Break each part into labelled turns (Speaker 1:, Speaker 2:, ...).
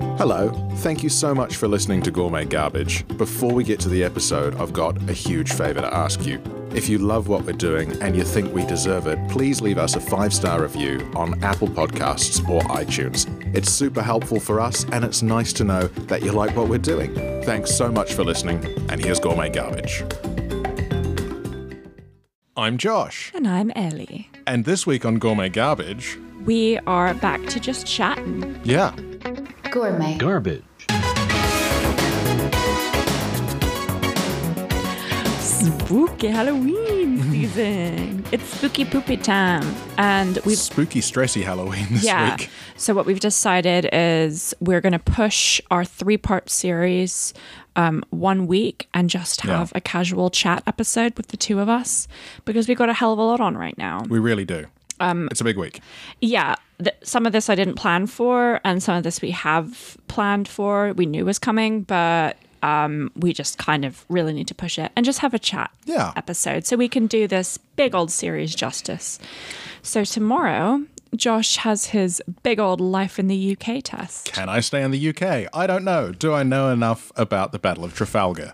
Speaker 1: Hello, thank you so much for listening to Gourmet Garbage. Before we get to the episode, I've got a huge favour to ask you. If you love what we're doing and you think we deserve it, please leave us a five star review on Apple Podcasts or iTunes. It's super helpful for us, and it's nice to know that you like what we're doing. Thanks so much for listening, and here's Gourmet Garbage. I'm Josh,
Speaker 2: And I'm Ellie.
Speaker 1: and this week on Gourmet Garbage,
Speaker 2: We are back to just chatting.
Speaker 1: yeah,
Speaker 3: Gourmet.
Speaker 4: garbage.
Speaker 2: Spooky Halloween season. it's spooky poopy time. And we've.
Speaker 1: spooky, stressy Halloween this
Speaker 2: Yeah.
Speaker 1: week.
Speaker 2: So, what we've decided is we're going to push our three part series um, one week and just
Speaker 1: Yeah.
Speaker 2: have a casual chat episode with the two of us because we've got a hell of a lot on right now.
Speaker 1: We really do. it's a big week.
Speaker 2: yeah th- some of this i didn't plan for and some of this we have planned for we knew was coming but um, we just kind of really need to push it and just have a chat
Speaker 1: Yeah.
Speaker 2: episode so we can do this big old series justice so tomorrow josh has his big old life in the uk test
Speaker 1: Can I stay in the UK? I don't know. Do I know enough about the Battle of Trafalgar?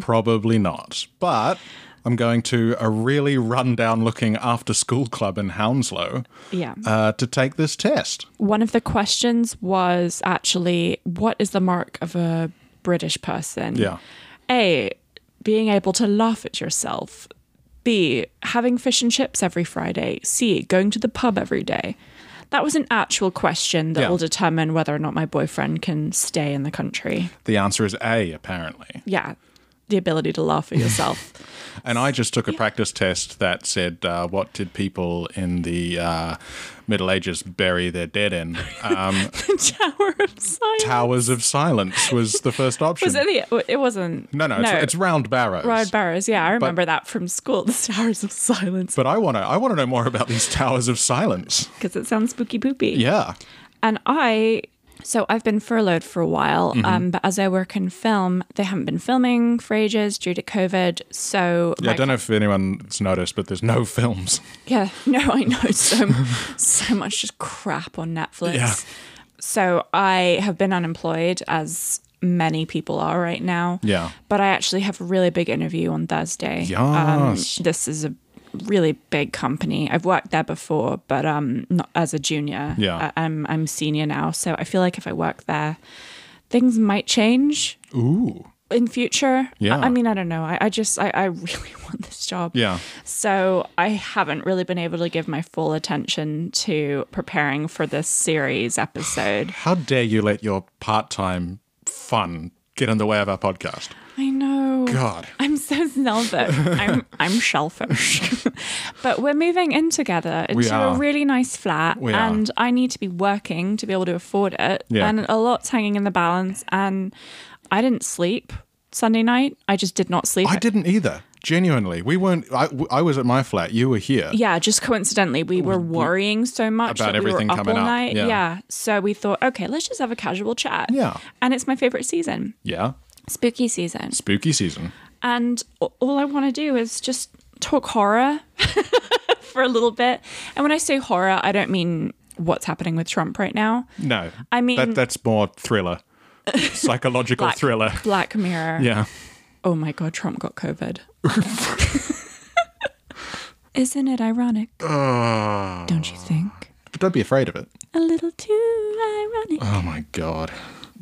Speaker 1: Probably not. But I'm going to a really rundown looking after school club in Hounslow
Speaker 2: yeah
Speaker 1: uh, to take this test.
Speaker 2: one of the questions was actually what is the mark of a british person
Speaker 1: Yeah.
Speaker 2: A, being able to laugh at yourself. B, having fish and chips every Friday. C, going to the pub every day. That was an actual question that
Speaker 1: Yeah.
Speaker 2: will determine whether or not my boyfriend can stay in the country.
Speaker 1: The answer is A, apparently.
Speaker 2: Yeah, the ability to laugh at yourself.
Speaker 1: And I just took a practice test that said, uh, What did people in the uh, Middle Ages bury their dead in? Um,
Speaker 2: Tower of Silence.
Speaker 1: Towers of Silence was the first option.
Speaker 2: was it? The, it wasn't.
Speaker 1: no, no, It's, it's round barrows.
Speaker 2: Rod Barrows. Yeah, I remember that from school. The Towers of Silence,
Speaker 1: But I want to. I want to know more about these towers of silence.
Speaker 2: because it sounds spooky poopy.
Speaker 1: Yeah.
Speaker 2: And I, so I've been furloughed for a while,
Speaker 1: Mm-hmm.
Speaker 2: um, but as I work in film, they haven't been filming for ages due to COVID. So
Speaker 1: Yeah, I
Speaker 2: my-
Speaker 1: don't know if anyone's noticed, but there's no films.
Speaker 2: yeah, no, I know so so much just crap on Netflix.
Speaker 1: Yeah.
Speaker 2: So I have been unemployed as many people are right now.
Speaker 1: Yeah.
Speaker 2: But I actually have a really big interview on Thursday. Um,
Speaker 1: Yes.
Speaker 2: this is a really big company. I've worked there before, but um, not as a junior.
Speaker 1: Yeah.
Speaker 2: I- I'm I'm senior now, so I feel like if I work there, things might change
Speaker 1: Ooh.
Speaker 2: in future. I-
Speaker 1: Yeah.
Speaker 2: I, mean, I don't know. I, I just I, I really want this job.
Speaker 1: Yeah.
Speaker 2: So I haven't really been able to give my full attention to preparing for this series episode.
Speaker 1: How dare you let your part-time fun get in the way of our podcast?
Speaker 2: I know.
Speaker 1: God.
Speaker 2: I'm so selfish. I'm I'm shellfish. but we're moving in together into
Speaker 1: are.
Speaker 2: a really nice flat
Speaker 1: We are.
Speaker 2: and I need to be working to be able to afford it.
Speaker 1: Yeah.
Speaker 2: And a lot's hanging in the balance and I didn't sleep Sunday night. I just did not sleep.
Speaker 1: I didn't either. Genuinely, we weren't. I, I was at my flat. You were here.
Speaker 2: yeah, just coincidentally, we were worrying so much
Speaker 1: About
Speaker 2: that we
Speaker 1: everything
Speaker 2: were up
Speaker 1: coming
Speaker 2: all
Speaker 1: up,
Speaker 2: night.
Speaker 1: yeah.
Speaker 2: so we thought, okay, let's just have a casual chat.
Speaker 1: Yeah.
Speaker 2: and it's my favorite season,
Speaker 1: Yeah.
Speaker 2: spooky season,
Speaker 1: Spooky season.
Speaker 2: and a- all I want to do is just talk horror for a little bit. And when I say horror, I don't mean what's happening with Trump right now.
Speaker 1: No.
Speaker 2: I mean-
Speaker 1: that, that's more thriller, psychological
Speaker 2: Black-
Speaker 1: thriller.
Speaker 2: Black Mirror.
Speaker 1: Yeah.
Speaker 2: Oh my God, Trump got COVID. Isn't it ironic? Don't you think?
Speaker 1: But don't be afraid of it.
Speaker 2: A little too ironic.
Speaker 1: Oh my god.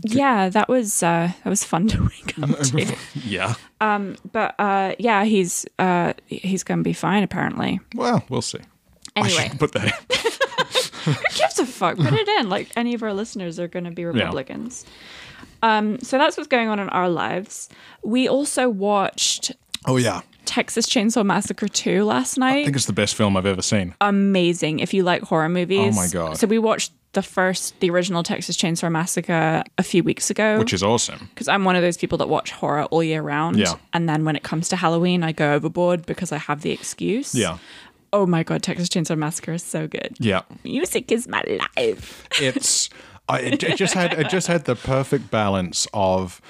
Speaker 2: yeah that was uh that was fun to wake up to
Speaker 1: Yeah.
Speaker 2: but uh yeah he's uh he's gonna be fine apparently
Speaker 1: Well, we'll see. I
Speaker 2: anyway
Speaker 1: should put that. in.
Speaker 2: who gives a fuck put it in like any of our listeners are gonna be republicans um so that's what's going on in our lives we also watched
Speaker 1: Oh yeah.
Speaker 2: texas chainsaw massacre 2 last
Speaker 1: I
Speaker 2: night
Speaker 1: think it's the best film I've ever seen.
Speaker 2: amazing if you like horror movies
Speaker 1: Oh my God.
Speaker 2: so we watched the first the original texas chainsaw massacre a few weeks ago
Speaker 1: which is awesome.
Speaker 2: because I'm one of those people that watch horror all year round.
Speaker 1: Yeah.
Speaker 2: And then when it comes to Halloween, I go overboard because I have the excuse.
Speaker 1: Yeah.
Speaker 2: Oh my God, Texas Chainsaw Massacre is so good.
Speaker 1: Yeah.
Speaker 2: Music is my life.
Speaker 1: It's I, it, it just had it just had the perfect balance of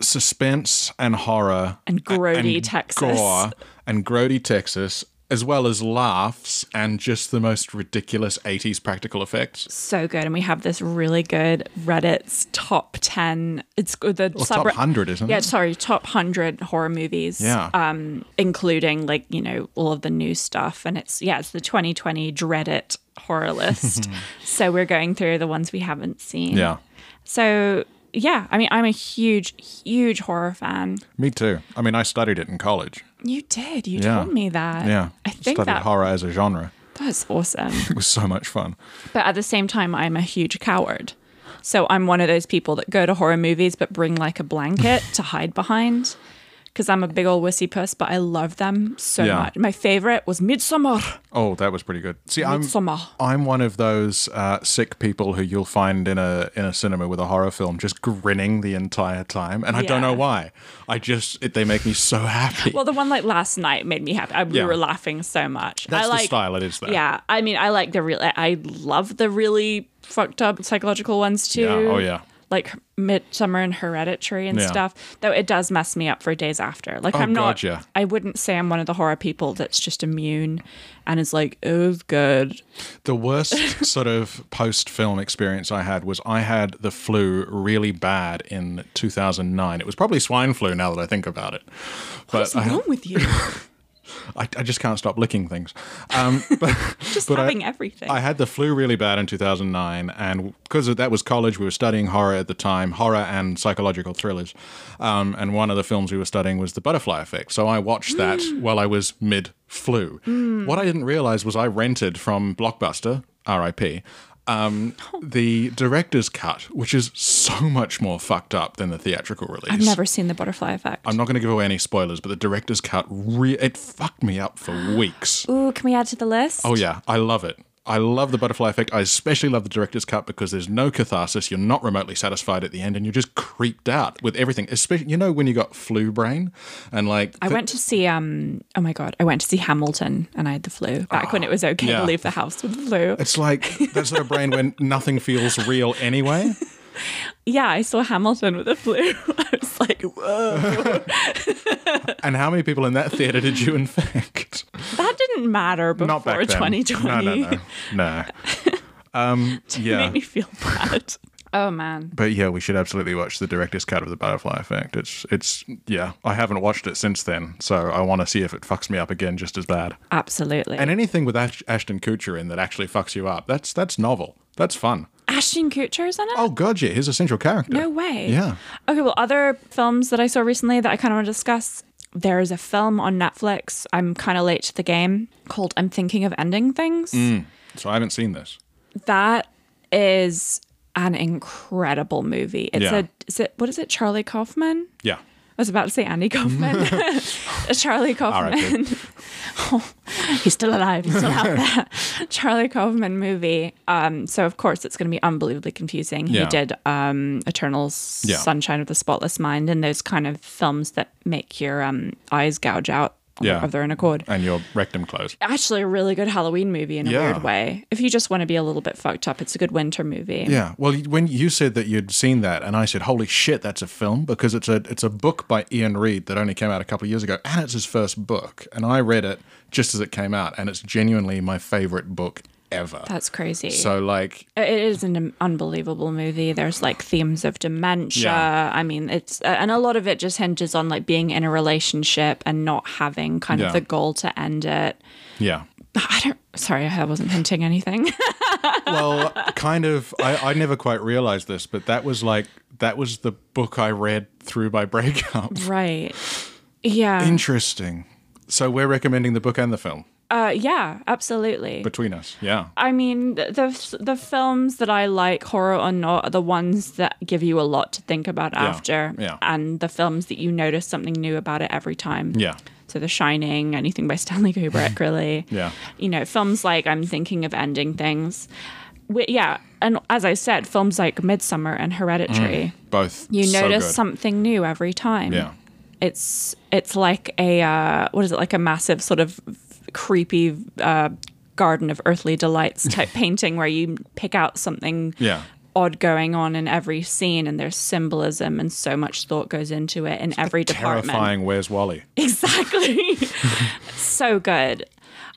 Speaker 1: suspense and horror
Speaker 2: And grody Texas.
Speaker 1: gore and grody Texas as well as laughs and just the most ridiculous 80s practical effects.
Speaker 2: So good. And we have this really good Reddit's top 10. It's good. The
Speaker 1: Or top 100, isn't
Speaker 2: Yeah,
Speaker 1: it?
Speaker 2: sorry, top 100 horror movies.
Speaker 1: Yeah.
Speaker 2: Um, including like, you know, all of the new stuff. And it's, yeah, it's the 2020 Dread It horror list. so we're going through the ones we haven't seen.
Speaker 1: Yeah.
Speaker 2: So, yeah, I mean, I'm a huge, huge horror fan.
Speaker 1: Me too. I mean, I studied it in college.
Speaker 2: You did. You
Speaker 1: Yeah.
Speaker 2: told me that.
Speaker 1: Yeah.
Speaker 2: I think
Speaker 1: studied
Speaker 2: that,
Speaker 1: horror as a genre.
Speaker 2: that's awesome.
Speaker 1: It was so much fun.
Speaker 2: But at the same time, I'm a huge coward. So I'm one of those people that go to horror movies but bring like a blanket to hide behind because I'm a big old wussy puss, but I love them so
Speaker 1: Yeah.
Speaker 2: much. My favorite was Midsummer.
Speaker 1: Oh, that was pretty good. See, I'm
Speaker 2: Midsummer.
Speaker 1: I'm one of those uh, sick people who you'll find in a in a cinema with a horror film, just grinning the entire time, and I don't
Speaker 2: Yeah.
Speaker 1: know why. I just it, they make me so happy.
Speaker 2: Well, the one like last night made me happy. I, We
Speaker 1: Yeah.
Speaker 2: were laughing so much.
Speaker 1: That's
Speaker 2: I
Speaker 1: the
Speaker 2: like,
Speaker 1: style it is, though.
Speaker 2: Yeah. I mean, I like the real, I love the really fucked up psychological ones too.
Speaker 1: Yeah, oh, yeah.
Speaker 2: Like Midsummer and Hereditary and
Speaker 1: Yeah.
Speaker 2: stuff. Though it does mess me up for days after. Like,
Speaker 1: Oh,
Speaker 2: I'm not,
Speaker 1: God, yeah.
Speaker 2: I wouldn't say I'm one of the horror people that's just immune and is like, oh, it's good.
Speaker 1: The worst sort of post film experience I had was I had the flu really bad in 2009. It was probably swine flu now that I think about it. But
Speaker 2: What's
Speaker 1: I,
Speaker 2: wrong with you?
Speaker 1: I, I just can't stop licking things. Um, but
Speaker 2: Just
Speaker 1: but I-
Speaker 2: having everything.
Speaker 1: I had the flu really bad in 2009, and because that was college, we were studying horror at the time, horror and psychological thrillers. Um, and one of the films we were studying was The Butterfly Effect. So I watched that
Speaker 2: Mm.
Speaker 1: while I was mid flu. What I didn't realize was I rented from Blockbuster, RIP, um, the director's cut, which is so much more fucked up than the theatrical release.
Speaker 2: I've never seen the butterfly effect.
Speaker 1: I'm not going to give away any spoilers, but the director's cut, re- it fucked me up for weeks.
Speaker 2: Ooh, can we add to the list?
Speaker 1: Oh yeah, I love it. I love the butterfly effect. I especially love the director's cut because there's no catharsis. You're not remotely satisfied at the end, and you're just creeped out with everything. Especially, you know, when you got flu brain, and like,
Speaker 2: I went to see um oh my god, I went to see Hamilton and I had the flu back when it was okay
Speaker 1: Ah, yeah.
Speaker 2: to leave the house with the flu.
Speaker 1: it's like that sort of brain when nothing feels real anyway.
Speaker 2: Yeah, I saw Hamilton with the flu. I was like, whoa.
Speaker 1: And how many people in that theater did you infect?
Speaker 2: That didn't matter before
Speaker 1: Not back then.
Speaker 2: 2020.
Speaker 1: No, no, no, no. Um,
Speaker 2: It
Speaker 1: yeah,
Speaker 2: made me feel bad. Oh man.
Speaker 1: but yeah, we should absolutely watch the director's cut of the Butterfly Effect. It's, it's, yeah, I haven't watched it since then, so I want to see if it fucks me up again just as bad.
Speaker 2: Absolutely.
Speaker 1: And anything with Ash- Ashton Kutcher in that actually fucks you up, that's that's novel. That's fun.
Speaker 2: Ashton Kutcher is in it?
Speaker 1: Oh god, yeah, he's a central character.
Speaker 2: No way.
Speaker 1: Yeah.
Speaker 2: Okay, well, other films that I saw recently that I kind of want to discuss. There is a film on Netflix. I'm kind of late to the game called I'm Thinking of Ending Things.
Speaker 1: Mm. So I haven't seen this.
Speaker 2: That is an incredible movie. It's
Speaker 1: Yeah.
Speaker 2: a is it what is it? Charlie Kaufman?
Speaker 1: Yeah.
Speaker 2: I was about to say Andy Kaufman. Charlie Kaufman. He's still alive. He's still out there. Charlie Kaufman movie. Um, so of course it's going to be unbelievably confusing.
Speaker 1: Yeah.
Speaker 2: He did um, Eternal S-
Speaker 1: Yeah.
Speaker 2: Sunshine of the Spotless Mind and those kind of films that make your um, eyes gouge out on-
Speaker 1: Yeah.
Speaker 2: of their own accord.
Speaker 1: And your rectum closed.
Speaker 2: Actually, a really good Halloween movie in a
Speaker 1: Yeah.
Speaker 2: weird way. If you just want to be a little bit fucked up, it's a good winter movie.
Speaker 1: Yeah. Well, you- when you said that you'd seen that, and I said, "Holy shit, that's a film!" because it's a it's a book by Ian Reid that only came out a couple of years ago, and it's his first book. And I read it just as it came out, and it's genuinely my favorite book ever.
Speaker 2: That's crazy.
Speaker 1: so like,
Speaker 2: It is an un- unbelievable movie. There's like themes of dementia.
Speaker 1: Yeah.
Speaker 2: I mean, it's uh, and a lot of it just hinges on like being in a relationship and not having kind
Speaker 1: Yeah.
Speaker 2: of the goal to end it.
Speaker 1: yeah.
Speaker 2: I don't. Sorry, I wasn't hinting anything.
Speaker 1: well, kind of. I, I never quite realized this, but that was like that was the book I read through my breakup.
Speaker 2: right. Yeah.
Speaker 1: Interesting. So we're recommending the book and the film
Speaker 2: uh, yeah. Absolutely.
Speaker 1: between us. Yeah.
Speaker 2: I mean, th- the the films that I like, horror or not, are the ones that give you a lot to think about after,
Speaker 1: yeah.
Speaker 2: and the films that you notice something new about it every time.
Speaker 1: Yeah.
Speaker 2: So The Shining, anything by Stanley Kubrick, really.
Speaker 1: Yeah.
Speaker 2: You know, films like I'm Thinking of Ending Things. Wi- yeah. And as I said, films like Midsummer and Hereditary,
Speaker 1: Both.
Speaker 2: you
Speaker 1: Mm. so
Speaker 2: notice
Speaker 1: good.
Speaker 2: something new every time.
Speaker 1: Yeah.
Speaker 2: It's it's like a uh, what is it like a massive sort of creepy uh, garden of earthly delights type painting where you pick out something
Speaker 1: Yeah.
Speaker 2: odd going on in every scene and there's symbolism and so much thought goes into it in every department
Speaker 1: Terrifying. Where's Wally?
Speaker 2: Exactly. so good.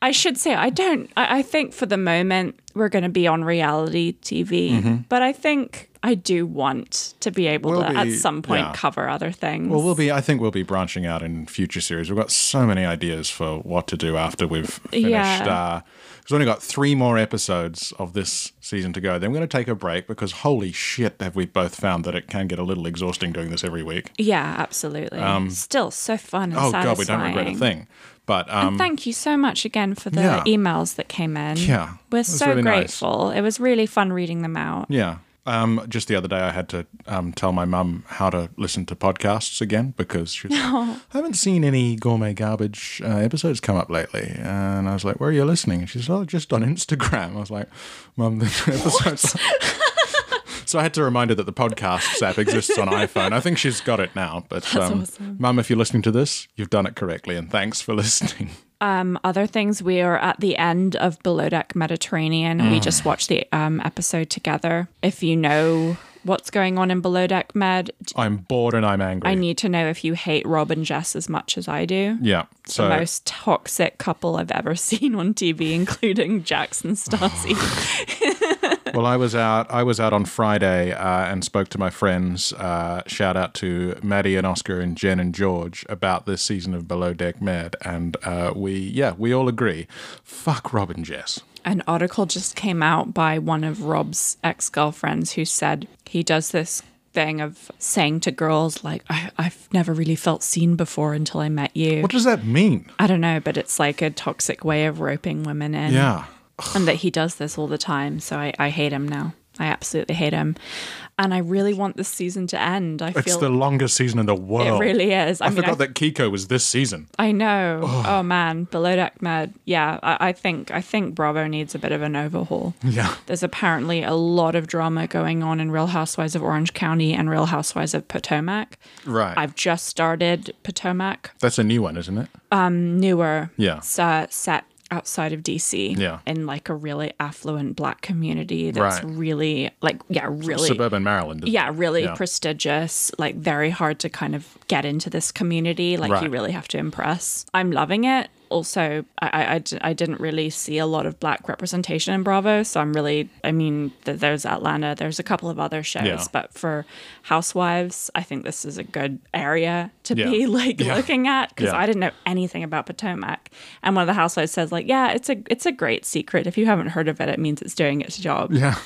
Speaker 2: I should say I don't. I, I think for the moment we're going to be on reality TV, but I think I do want to be able
Speaker 1: Mm-hmm. We'll
Speaker 2: to at
Speaker 1: be-
Speaker 2: some point
Speaker 1: yeah.
Speaker 2: cover other things.
Speaker 1: Well, we'll be. I think we'll be branching out in future series. We've got so many ideas for what to do after we've finished.
Speaker 2: Yeah.
Speaker 1: Uh, we've only got three more episodes of this season to go. Then we're going to take a break because holy shit, have we both found that it can get a little exhausting doing this every week.
Speaker 2: yeah, absolutely. Still so fun and
Speaker 1: Um, Oh
Speaker 2: satisfying.
Speaker 1: god, we don't regret a thing. But um,
Speaker 2: Thank you so much again for the
Speaker 1: Yeah.
Speaker 2: emails that came in.
Speaker 1: Yeah,
Speaker 2: We're
Speaker 1: it was
Speaker 2: so
Speaker 1: really nice.
Speaker 2: grateful. It was really fun reading them out.
Speaker 1: Yeah. Um, just the other day, I had to um, tell my mum how to listen to podcasts again because she was like, I haven't seen any gourmet garbage uh, episodes come up lately. And I was like, Where are you listening? And she said, Oh, just on Instagram. I was like, Mum, the episodes. so I had to remind her that the podcasts app exists on iPhone. I think she's got it now. But um, Mum, if you're listening to this, you've done it correctly. And thanks for listening.
Speaker 2: Um, other things, we are at the end of Below Deck Mediterranean.
Speaker 1: Mm.
Speaker 2: We just watched the um, episode together. If you know what's going on in Below Deck Med,
Speaker 1: I'm bored and I'm angry.
Speaker 2: I need to know if you hate Rob and Jess as much as I do.
Speaker 1: yeah.
Speaker 2: The
Speaker 1: So
Speaker 2: most toxic couple I've ever seen on TV, including Jackson Stacy.
Speaker 1: Well, I was out. I was out on Friday uh, and spoke to my friends. Uh, shout out to Maddie and Oscar and Jen and George about this season of Below Deck Med, and uh, we yeah we all agree. Fuck Rob and Jess.
Speaker 2: An article just came out by one of Rob's ex girlfriends who said he does this thing of saying to girls, like, I- I've never really felt seen before until I met you.
Speaker 1: What does that mean?
Speaker 2: I don't know, but it's like a toxic way of roping women in.
Speaker 1: Yeah.
Speaker 2: And that he does this all the time. So I, I hate him now. I absolutely hate him. And I really want this season to end. I
Speaker 1: It's
Speaker 2: feel
Speaker 1: the longest season in the
Speaker 2: it
Speaker 1: world.
Speaker 2: really is. I,
Speaker 1: I,
Speaker 2: mean,
Speaker 1: forgot
Speaker 2: I,
Speaker 1: that Kiko was this season.
Speaker 2: I know. Oh. man, below deck med. Yeah, I, I think I think Bravo needs a bit of an overhaul.
Speaker 1: Yeah.
Speaker 2: There's apparently a lot of drama going on in Real Housewives of Orange County and Real Housewives of Potomac.
Speaker 1: Right.
Speaker 2: I've just started Potomac,
Speaker 1: That's a new one, isn't it?
Speaker 2: newer
Speaker 1: Yeah.
Speaker 2: s- uh, set outside of DC
Speaker 1: Yeah.
Speaker 2: in like a really affluent black community that's
Speaker 1: Right.
Speaker 2: really like yeah really
Speaker 1: Suburban Maryland. isn't
Speaker 2: yeah
Speaker 1: it?
Speaker 2: really
Speaker 1: Yeah.
Speaker 2: prestigious like very hard to kind of get into this community like you
Speaker 1: Right.
Speaker 2: really have to impress i'm loving it also I, I- I, d- I didn't really see a lot of black representation in bravo so i'm really i mean th- there's atlanta there's a couple of other shows
Speaker 1: Yeah.
Speaker 2: but for housewives i think this is a good area to
Speaker 1: Yeah.
Speaker 2: be like
Speaker 1: Yeah.
Speaker 2: looking at because
Speaker 1: Yeah.
Speaker 2: i didn't know anything about potomac and one of the housewives says like yeah it's a it's a great secret if you haven't heard of it it means it's doing its job
Speaker 1: yeah.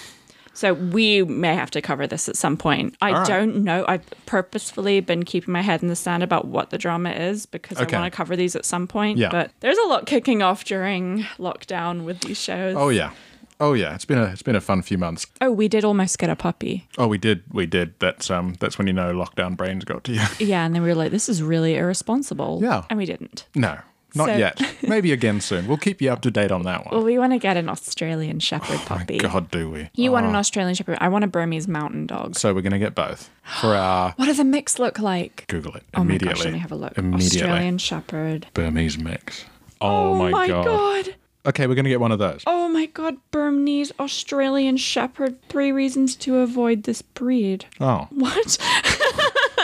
Speaker 2: so we may have to cover this at some point. I
Speaker 1: right.
Speaker 2: don't know. I've purposefully been keeping my head in the sand about what the drama is because
Speaker 1: Okay.
Speaker 2: I want to cover these at some point.
Speaker 1: Yeah.
Speaker 2: But there's a lot kicking off during lockdown with these shows.
Speaker 1: Oh yeah. Oh yeah. It's been a it's been a fun few months.
Speaker 2: Oh, we did almost get a puppy.
Speaker 1: Oh, we did we did. That's um that's when you know lockdown brains got to you.
Speaker 2: Yeah, and then we were like, this is really irresponsible.
Speaker 1: Yeah.
Speaker 2: And we didn't.
Speaker 1: No, not
Speaker 2: So-
Speaker 1: yet. Maybe again soon. We'll keep you up to date on that one.
Speaker 2: Well, we want to get an Australian Shepherd puppy.
Speaker 1: Oh God, Ah. do we?
Speaker 2: You want an Australian Shepherd. I want a Burmese Mountain Dog.
Speaker 1: So we're going to get both for our
Speaker 2: What do the mix look like?
Speaker 1: Google it
Speaker 2: Oh my
Speaker 1: immediately.
Speaker 2: gosh, let me have a look.
Speaker 1: Immediately.
Speaker 2: Australian Shepherd.
Speaker 1: Burmese mix. Oh, my, god.
Speaker 2: god.
Speaker 1: Okay, we're going to get one of those.
Speaker 2: Oh my god, Burmese Australian Shepherd. Three reasons to avoid this breed.
Speaker 1: Oh.
Speaker 2: What?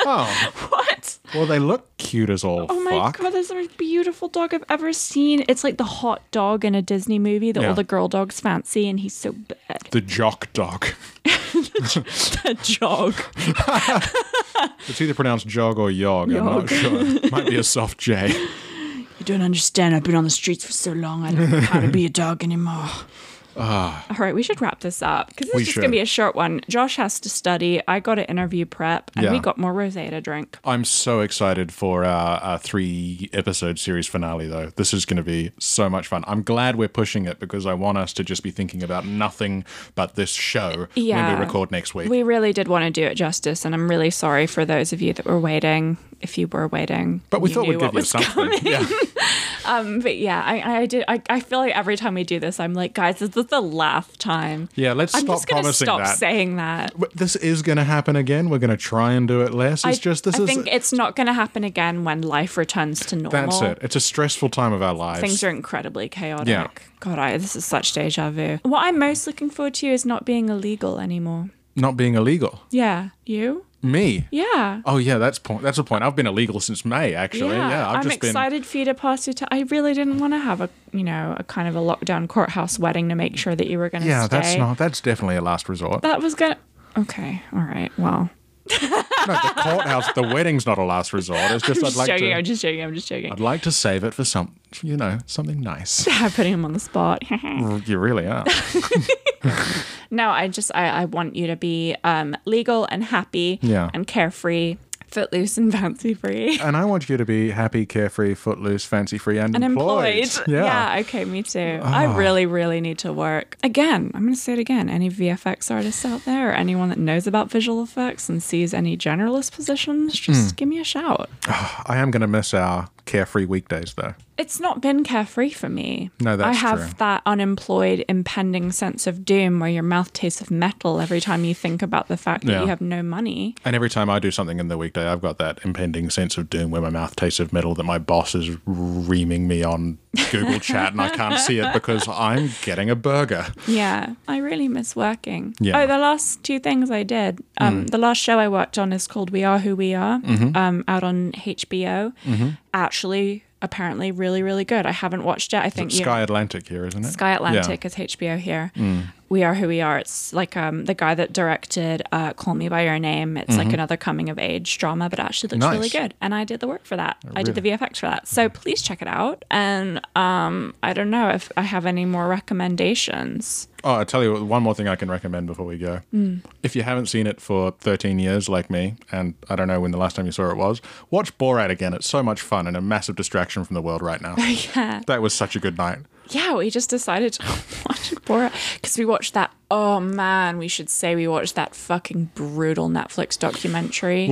Speaker 1: Oh.
Speaker 2: what?
Speaker 1: Well, they look cute as all
Speaker 2: Oh my
Speaker 1: fuck.
Speaker 2: god, that's the most beautiful dog I've ever seen. It's like the hot dog in a Disney movie that
Speaker 1: Yeah.
Speaker 2: all the girl dogs fancy, and he's so bad.
Speaker 1: The jock dog.
Speaker 2: A jog.
Speaker 1: It's either pronounced jog or yog. I'm not sure. Might be a soft J.
Speaker 2: You don't understand. I've been on the streets for so long, I don't know how to be a dog anymore. All right, we should wrap this up because
Speaker 1: Ah. We
Speaker 2: this is going
Speaker 1: should.
Speaker 2: to be a short one. Josh has to study. I got to interview prep, and we
Speaker 1: Yeah.
Speaker 2: got more rosé to drink.
Speaker 1: I'm so excited for our, our three episode series finale, though. This is going to be so much fun. I'm glad we're pushing it because I want us to just be thinking about nothing but this show when
Speaker 2: Yeah.
Speaker 1: we record next week.
Speaker 2: We really did want to do it justice, and I'm really sorry for those of you that were waiting. If you were waiting,
Speaker 1: but we
Speaker 2: you
Speaker 1: thought
Speaker 2: knew
Speaker 1: we'd give
Speaker 2: what
Speaker 1: you
Speaker 2: was
Speaker 1: something.
Speaker 2: coming.
Speaker 1: Yeah.
Speaker 2: But yeah, I, I did. I, I feel like every time we do this, I'm like, guys, this is the laugh time.
Speaker 1: Yeah, let's
Speaker 2: I'm
Speaker 1: stop
Speaker 2: just gonna
Speaker 1: promising
Speaker 2: stop
Speaker 1: that.
Speaker 2: saying that.
Speaker 1: But this is going to happen again. We're going to try and do it less. It's
Speaker 2: I,
Speaker 1: just this
Speaker 2: I
Speaker 1: is
Speaker 2: think it's not going to happen again when life returns to normal.
Speaker 1: that's it. It's a stressful time of our lives.
Speaker 2: Things are incredibly chaotic.
Speaker 1: Yeah.
Speaker 2: God, I, this is such deja vu. What I'm most looking forward to is not being illegal anymore.
Speaker 1: not being illegal.
Speaker 2: Yeah, you?
Speaker 1: Me?
Speaker 2: Yeah.
Speaker 1: Oh yeah, that's point. That's a point. I've been illegal since May, actually. Yeah, I've
Speaker 2: am
Speaker 1: just been.
Speaker 2: excited for you to pass your. T- I really didn't want to have a, you know, a kind of a lockdown courthouse wedding to make sure that you were going to
Speaker 1: Yeah,
Speaker 2: stay.
Speaker 1: that's not. That's definitely a last resort.
Speaker 2: That was gonna. Okay, all right. Well,
Speaker 1: no, the courthouse, the wedding's not a last resort. It's just
Speaker 2: I'm
Speaker 1: I'd
Speaker 2: just
Speaker 1: like
Speaker 2: joking.
Speaker 1: to.
Speaker 2: I'm just joking. I'm just joking.
Speaker 1: I'd like to save it for some, you know, something nice.
Speaker 2: I'm putting him on the spot.
Speaker 1: you really are.
Speaker 2: no, I just I, I want you to be um, legal and happy
Speaker 1: Yeah.
Speaker 2: and carefree, footloose and fancy free.
Speaker 1: and I want you to be happy, carefree, footloose, fancy free, and,
Speaker 2: And employed.
Speaker 1: Yeah. Ah.
Speaker 2: okay, me too. I really, really need to work. Again, I'm going to say it again. Any VFX artists out there, anyone that knows about visual effects and sees any generalist positions,
Speaker 1: Hmm.
Speaker 2: just give me a shout.
Speaker 1: I am going to miss our carefree weekdays, though.
Speaker 2: It's not been carefree for me.
Speaker 1: No, that's
Speaker 2: I have
Speaker 1: true.
Speaker 2: that unemployed, impending sense of doom where your mouth tastes of metal every time you think about the fact that
Speaker 1: Yeah.
Speaker 2: you have no money.
Speaker 1: And every time I do something in the weekday, I've got that impending sense of doom where my mouth tastes of metal that my boss is reaming me on Google Chat and I can't see it because I'm getting a burger.
Speaker 2: Yeah, I really miss working.
Speaker 1: Yeah. Mm.
Speaker 2: Oh, the last two things I did. Um, The last show I worked on is called We Are Who We Are,
Speaker 1: Mm-hmm.
Speaker 2: um, out on HBO. Actually, apparently, really, really good. I haven't watched it. I think you-
Speaker 1: Sky Atlantic here, isn't it?
Speaker 2: Sky
Speaker 1: Yeah. Mm.
Speaker 2: Atlantic is HBO here. We Are Who We Are. It's like um, the guy that directed uh, Call Me By Your Name. It's like another coming of age drama, but it actually looks really
Speaker 1: Mm-hmm. Nice. Oh, Mm-hmm.
Speaker 2: good. And I did the work for that. I did the VFX for that. So please check it out. And um, I don't know if I have any more recommendations.
Speaker 1: Oh, I'll tell you what, one more thing I can recommend before we go.
Speaker 2: Mm.
Speaker 1: If you haven't seen it for 13 years, like me, and I don't know when the last time you saw it was, watch Borat again. It's so much fun and a massive distraction from the world right now.
Speaker 2: Yeah.
Speaker 1: that was such a good night.
Speaker 2: Yeah, we just decided to watch Borat because we watched that. Oh man, we should say we watched that fucking brutal Netflix documentary.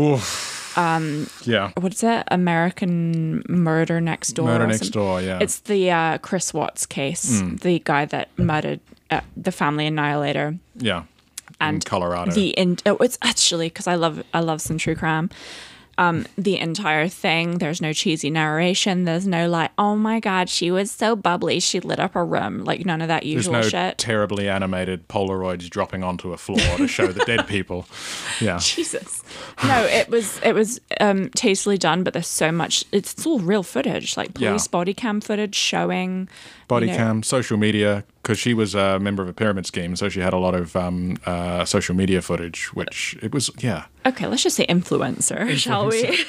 Speaker 1: Yeah.
Speaker 2: What's it? American Murder Next Door.
Speaker 1: Murder
Speaker 2: or
Speaker 1: Next
Speaker 2: some-
Speaker 1: Door, yeah. Hmm.
Speaker 2: It's the uh, Chris Watts case, the guy that murdered uh, the family annihilator.
Speaker 1: yeah. in Colorado.
Speaker 2: The in- oh, it's actually because I love I love some true crime. Um, the entire thing. There's no cheesy narration. There's no like, oh my god, she was so bubbly. She lit up a room. Like none of that
Speaker 1: There's
Speaker 2: usual
Speaker 1: no
Speaker 2: shit.
Speaker 1: terribly animated Polaroids dropping onto a floor to show the dead people. Yeah.
Speaker 2: Jesus. No, it was it was um, tastefully done, but there's so much. It's, it's all real footage, like
Speaker 1: Yeah.
Speaker 2: police body cam footage showing.
Speaker 1: Body
Speaker 2: you know-
Speaker 1: cam, social media, because she was a member of a pyramid scheme, so she had a lot of um, uh, social media footage, which it was, yeah.
Speaker 2: Okay, let's just say influencer, shall we?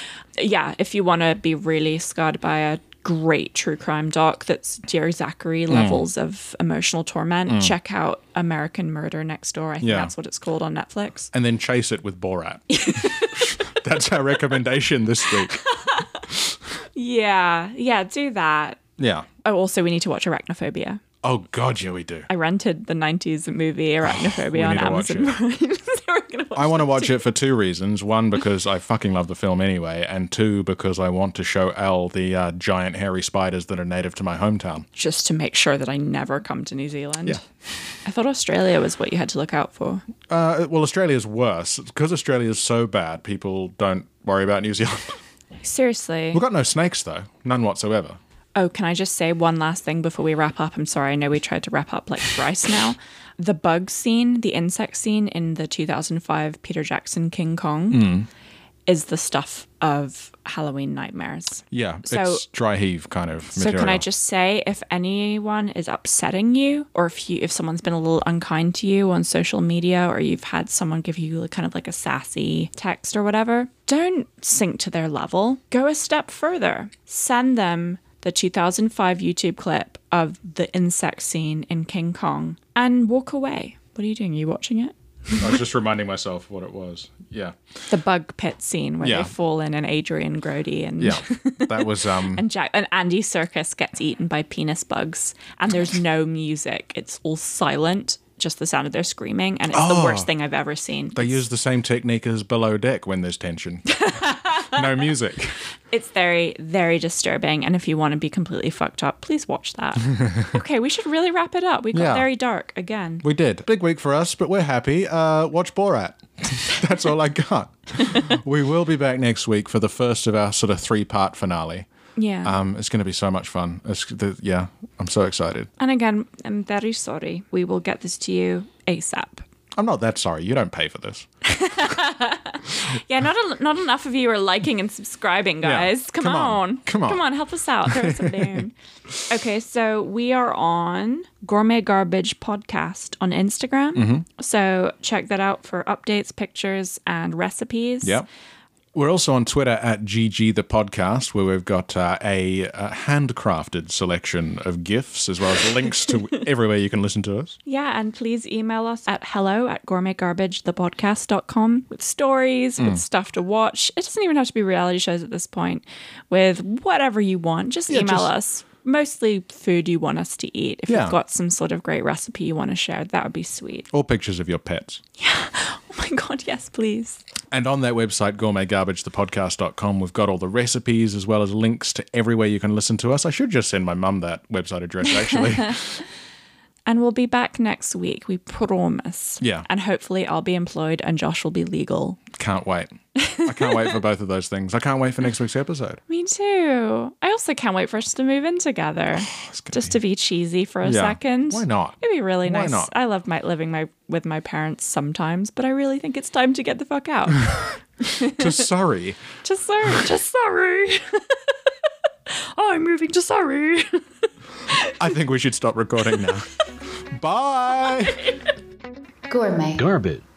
Speaker 2: yeah, if you want to be really scarred by a great true crime doc that's Jerry
Speaker 1: Mm.
Speaker 2: Zachary levels of emotional torment, check out American Murder Next Door. I think
Speaker 1: Yeah.
Speaker 2: that's what it's called on Netflix.
Speaker 1: and then chase it with Borat. That's our recommendation this week.
Speaker 2: Yeah, yeah, do that.
Speaker 1: Yeah.
Speaker 2: Oh, also, we need to watch Arachnophobia.
Speaker 1: Oh God, yeah, we do.
Speaker 2: I rented the 90s
Speaker 1: We
Speaker 2: movie Arachnophobia on
Speaker 1: need to watch
Speaker 2: Amazon Prime. so we're gonna watch
Speaker 1: I want to watch it for two reasons. One, because I fucking love the film anyway, and two, because I want to show Al the uh, giant hairy spiders that are native to my hometown.
Speaker 2: just to make sure that I never come to New Zealand.
Speaker 1: Yeah.
Speaker 2: I thought Australia was what you had to look out for.
Speaker 1: Uh, well, Australia's worse because Australia's so bad. People don't worry about New Zealand.
Speaker 2: Seriously.
Speaker 1: We've got no snakes though, none whatsoever.
Speaker 2: Oh, can I just say one last thing before we wrap up? I'm sorry, I know we tried to wrap up like thrice now. The bug scene, the insect scene in the 2005 Peter Jackson King Kong
Speaker 1: Mm.
Speaker 2: is the stuff of Halloween nightmares.
Speaker 1: Yeah,
Speaker 2: So-
Speaker 1: it's dry heave kind of
Speaker 2: So
Speaker 1: material.
Speaker 2: can I just say if anyone is upsetting you or if you if someone's been a little unkind to you on social media or you've had someone give you a- kind of like a sassy text or whatever, don't sink to their level. Go a step further. Send them the 2005 YouTube clip of the insect scene in King Kong and walk away. What are you doing? Are you watching it?
Speaker 1: I was just reminding myself what it was. Yeah,
Speaker 2: The bug pit scene where
Speaker 1: Yeah.
Speaker 2: they fall in and Adrian Grody and
Speaker 1: yeah, that was um.
Speaker 2: and Jack and Andy Circus gets eaten by penis bugs, and there's no music. It's all silent, just the sound of their screaming, and it's
Speaker 1: Oh.
Speaker 2: the worst thing I've ever seen.
Speaker 1: They use the same technique as below deck when there's tension. no music.
Speaker 2: It's very, very disturbing. And if you want to be completely fucked up, please watch that. okay, we should really wrap it up. We got
Speaker 1: Yeah.
Speaker 2: very dark again.
Speaker 1: We did. Big week for us, but we're happy. Uh, watch Borat. That's all I got. we will be back next week for the first of our sort of three part finale.
Speaker 2: Yeah.
Speaker 1: Um, it's going to be so much fun. It's, the, yeah, I'm so excited.
Speaker 2: and again, I'm very sorry. We will get this to you ASAP.
Speaker 1: I'm not that sorry. You don't pay for this.
Speaker 2: Yeah, not a, not enough of you are liking and subscribing,
Speaker 1: Yeah.
Speaker 2: guys. Come,
Speaker 1: Come on.
Speaker 2: on.
Speaker 1: Come on.
Speaker 2: Come on, help us out. Throw some down. Okay, so we are on Gourmet Garbage Podcast on Instagram.
Speaker 1: Mm-hmm.
Speaker 2: So check that out for updates, pictures, and recipes.
Speaker 1: Yep. We're also on Twitter at GG the podcast, where we've got uh, a, uh handcrafted selection of gifts as well as links to everywhere you can listen to us.
Speaker 2: Yeah, and please email us at hello at gourmetgarbagethepodcast.com with stories,
Speaker 1: Mm.
Speaker 2: with stuff to watch. It doesn't even have to be reality shows at this point, with whatever you want. Just email
Speaker 1: just-
Speaker 2: us. Mostly food you want us to eat. If
Speaker 1: Yeah.
Speaker 2: you've got some sort of great recipe you want to share, that would be sweet.
Speaker 1: Or pictures of your pets.
Speaker 2: Oh my God, yes, please.
Speaker 1: And on that website, gourmetgarbagethepodcast.com, we've got all the recipes as well as links to everywhere you can listen to us. I should just send my mum that website address, actually.
Speaker 2: And we'll be back next week, we promise.
Speaker 1: Yeah.
Speaker 2: And hopefully I'll be employed and Josh will be legal.
Speaker 1: can't wait. I can't wait for both of those things. I can't wait for next week's episode.
Speaker 2: Me too. I also can't wait for us to move in together. just to be cheesy for a
Speaker 1: Yeah.
Speaker 2: second.
Speaker 1: Why not?
Speaker 2: It'd be really
Speaker 1: Why
Speaker 2: nice.
Speaker 1: not?
Speaker 2: I love my living my with my parents sometimes, but I really think it's time to get the fuck out.
Speaker 1: to Surrey.
Speaker 2: just sorry, just sorry. oh, I'm moving to Surrey.
Speaker 1: I think we should stop recording now. Bye.
Speaker 3: Gourmet.
Speaker 4: Garbage.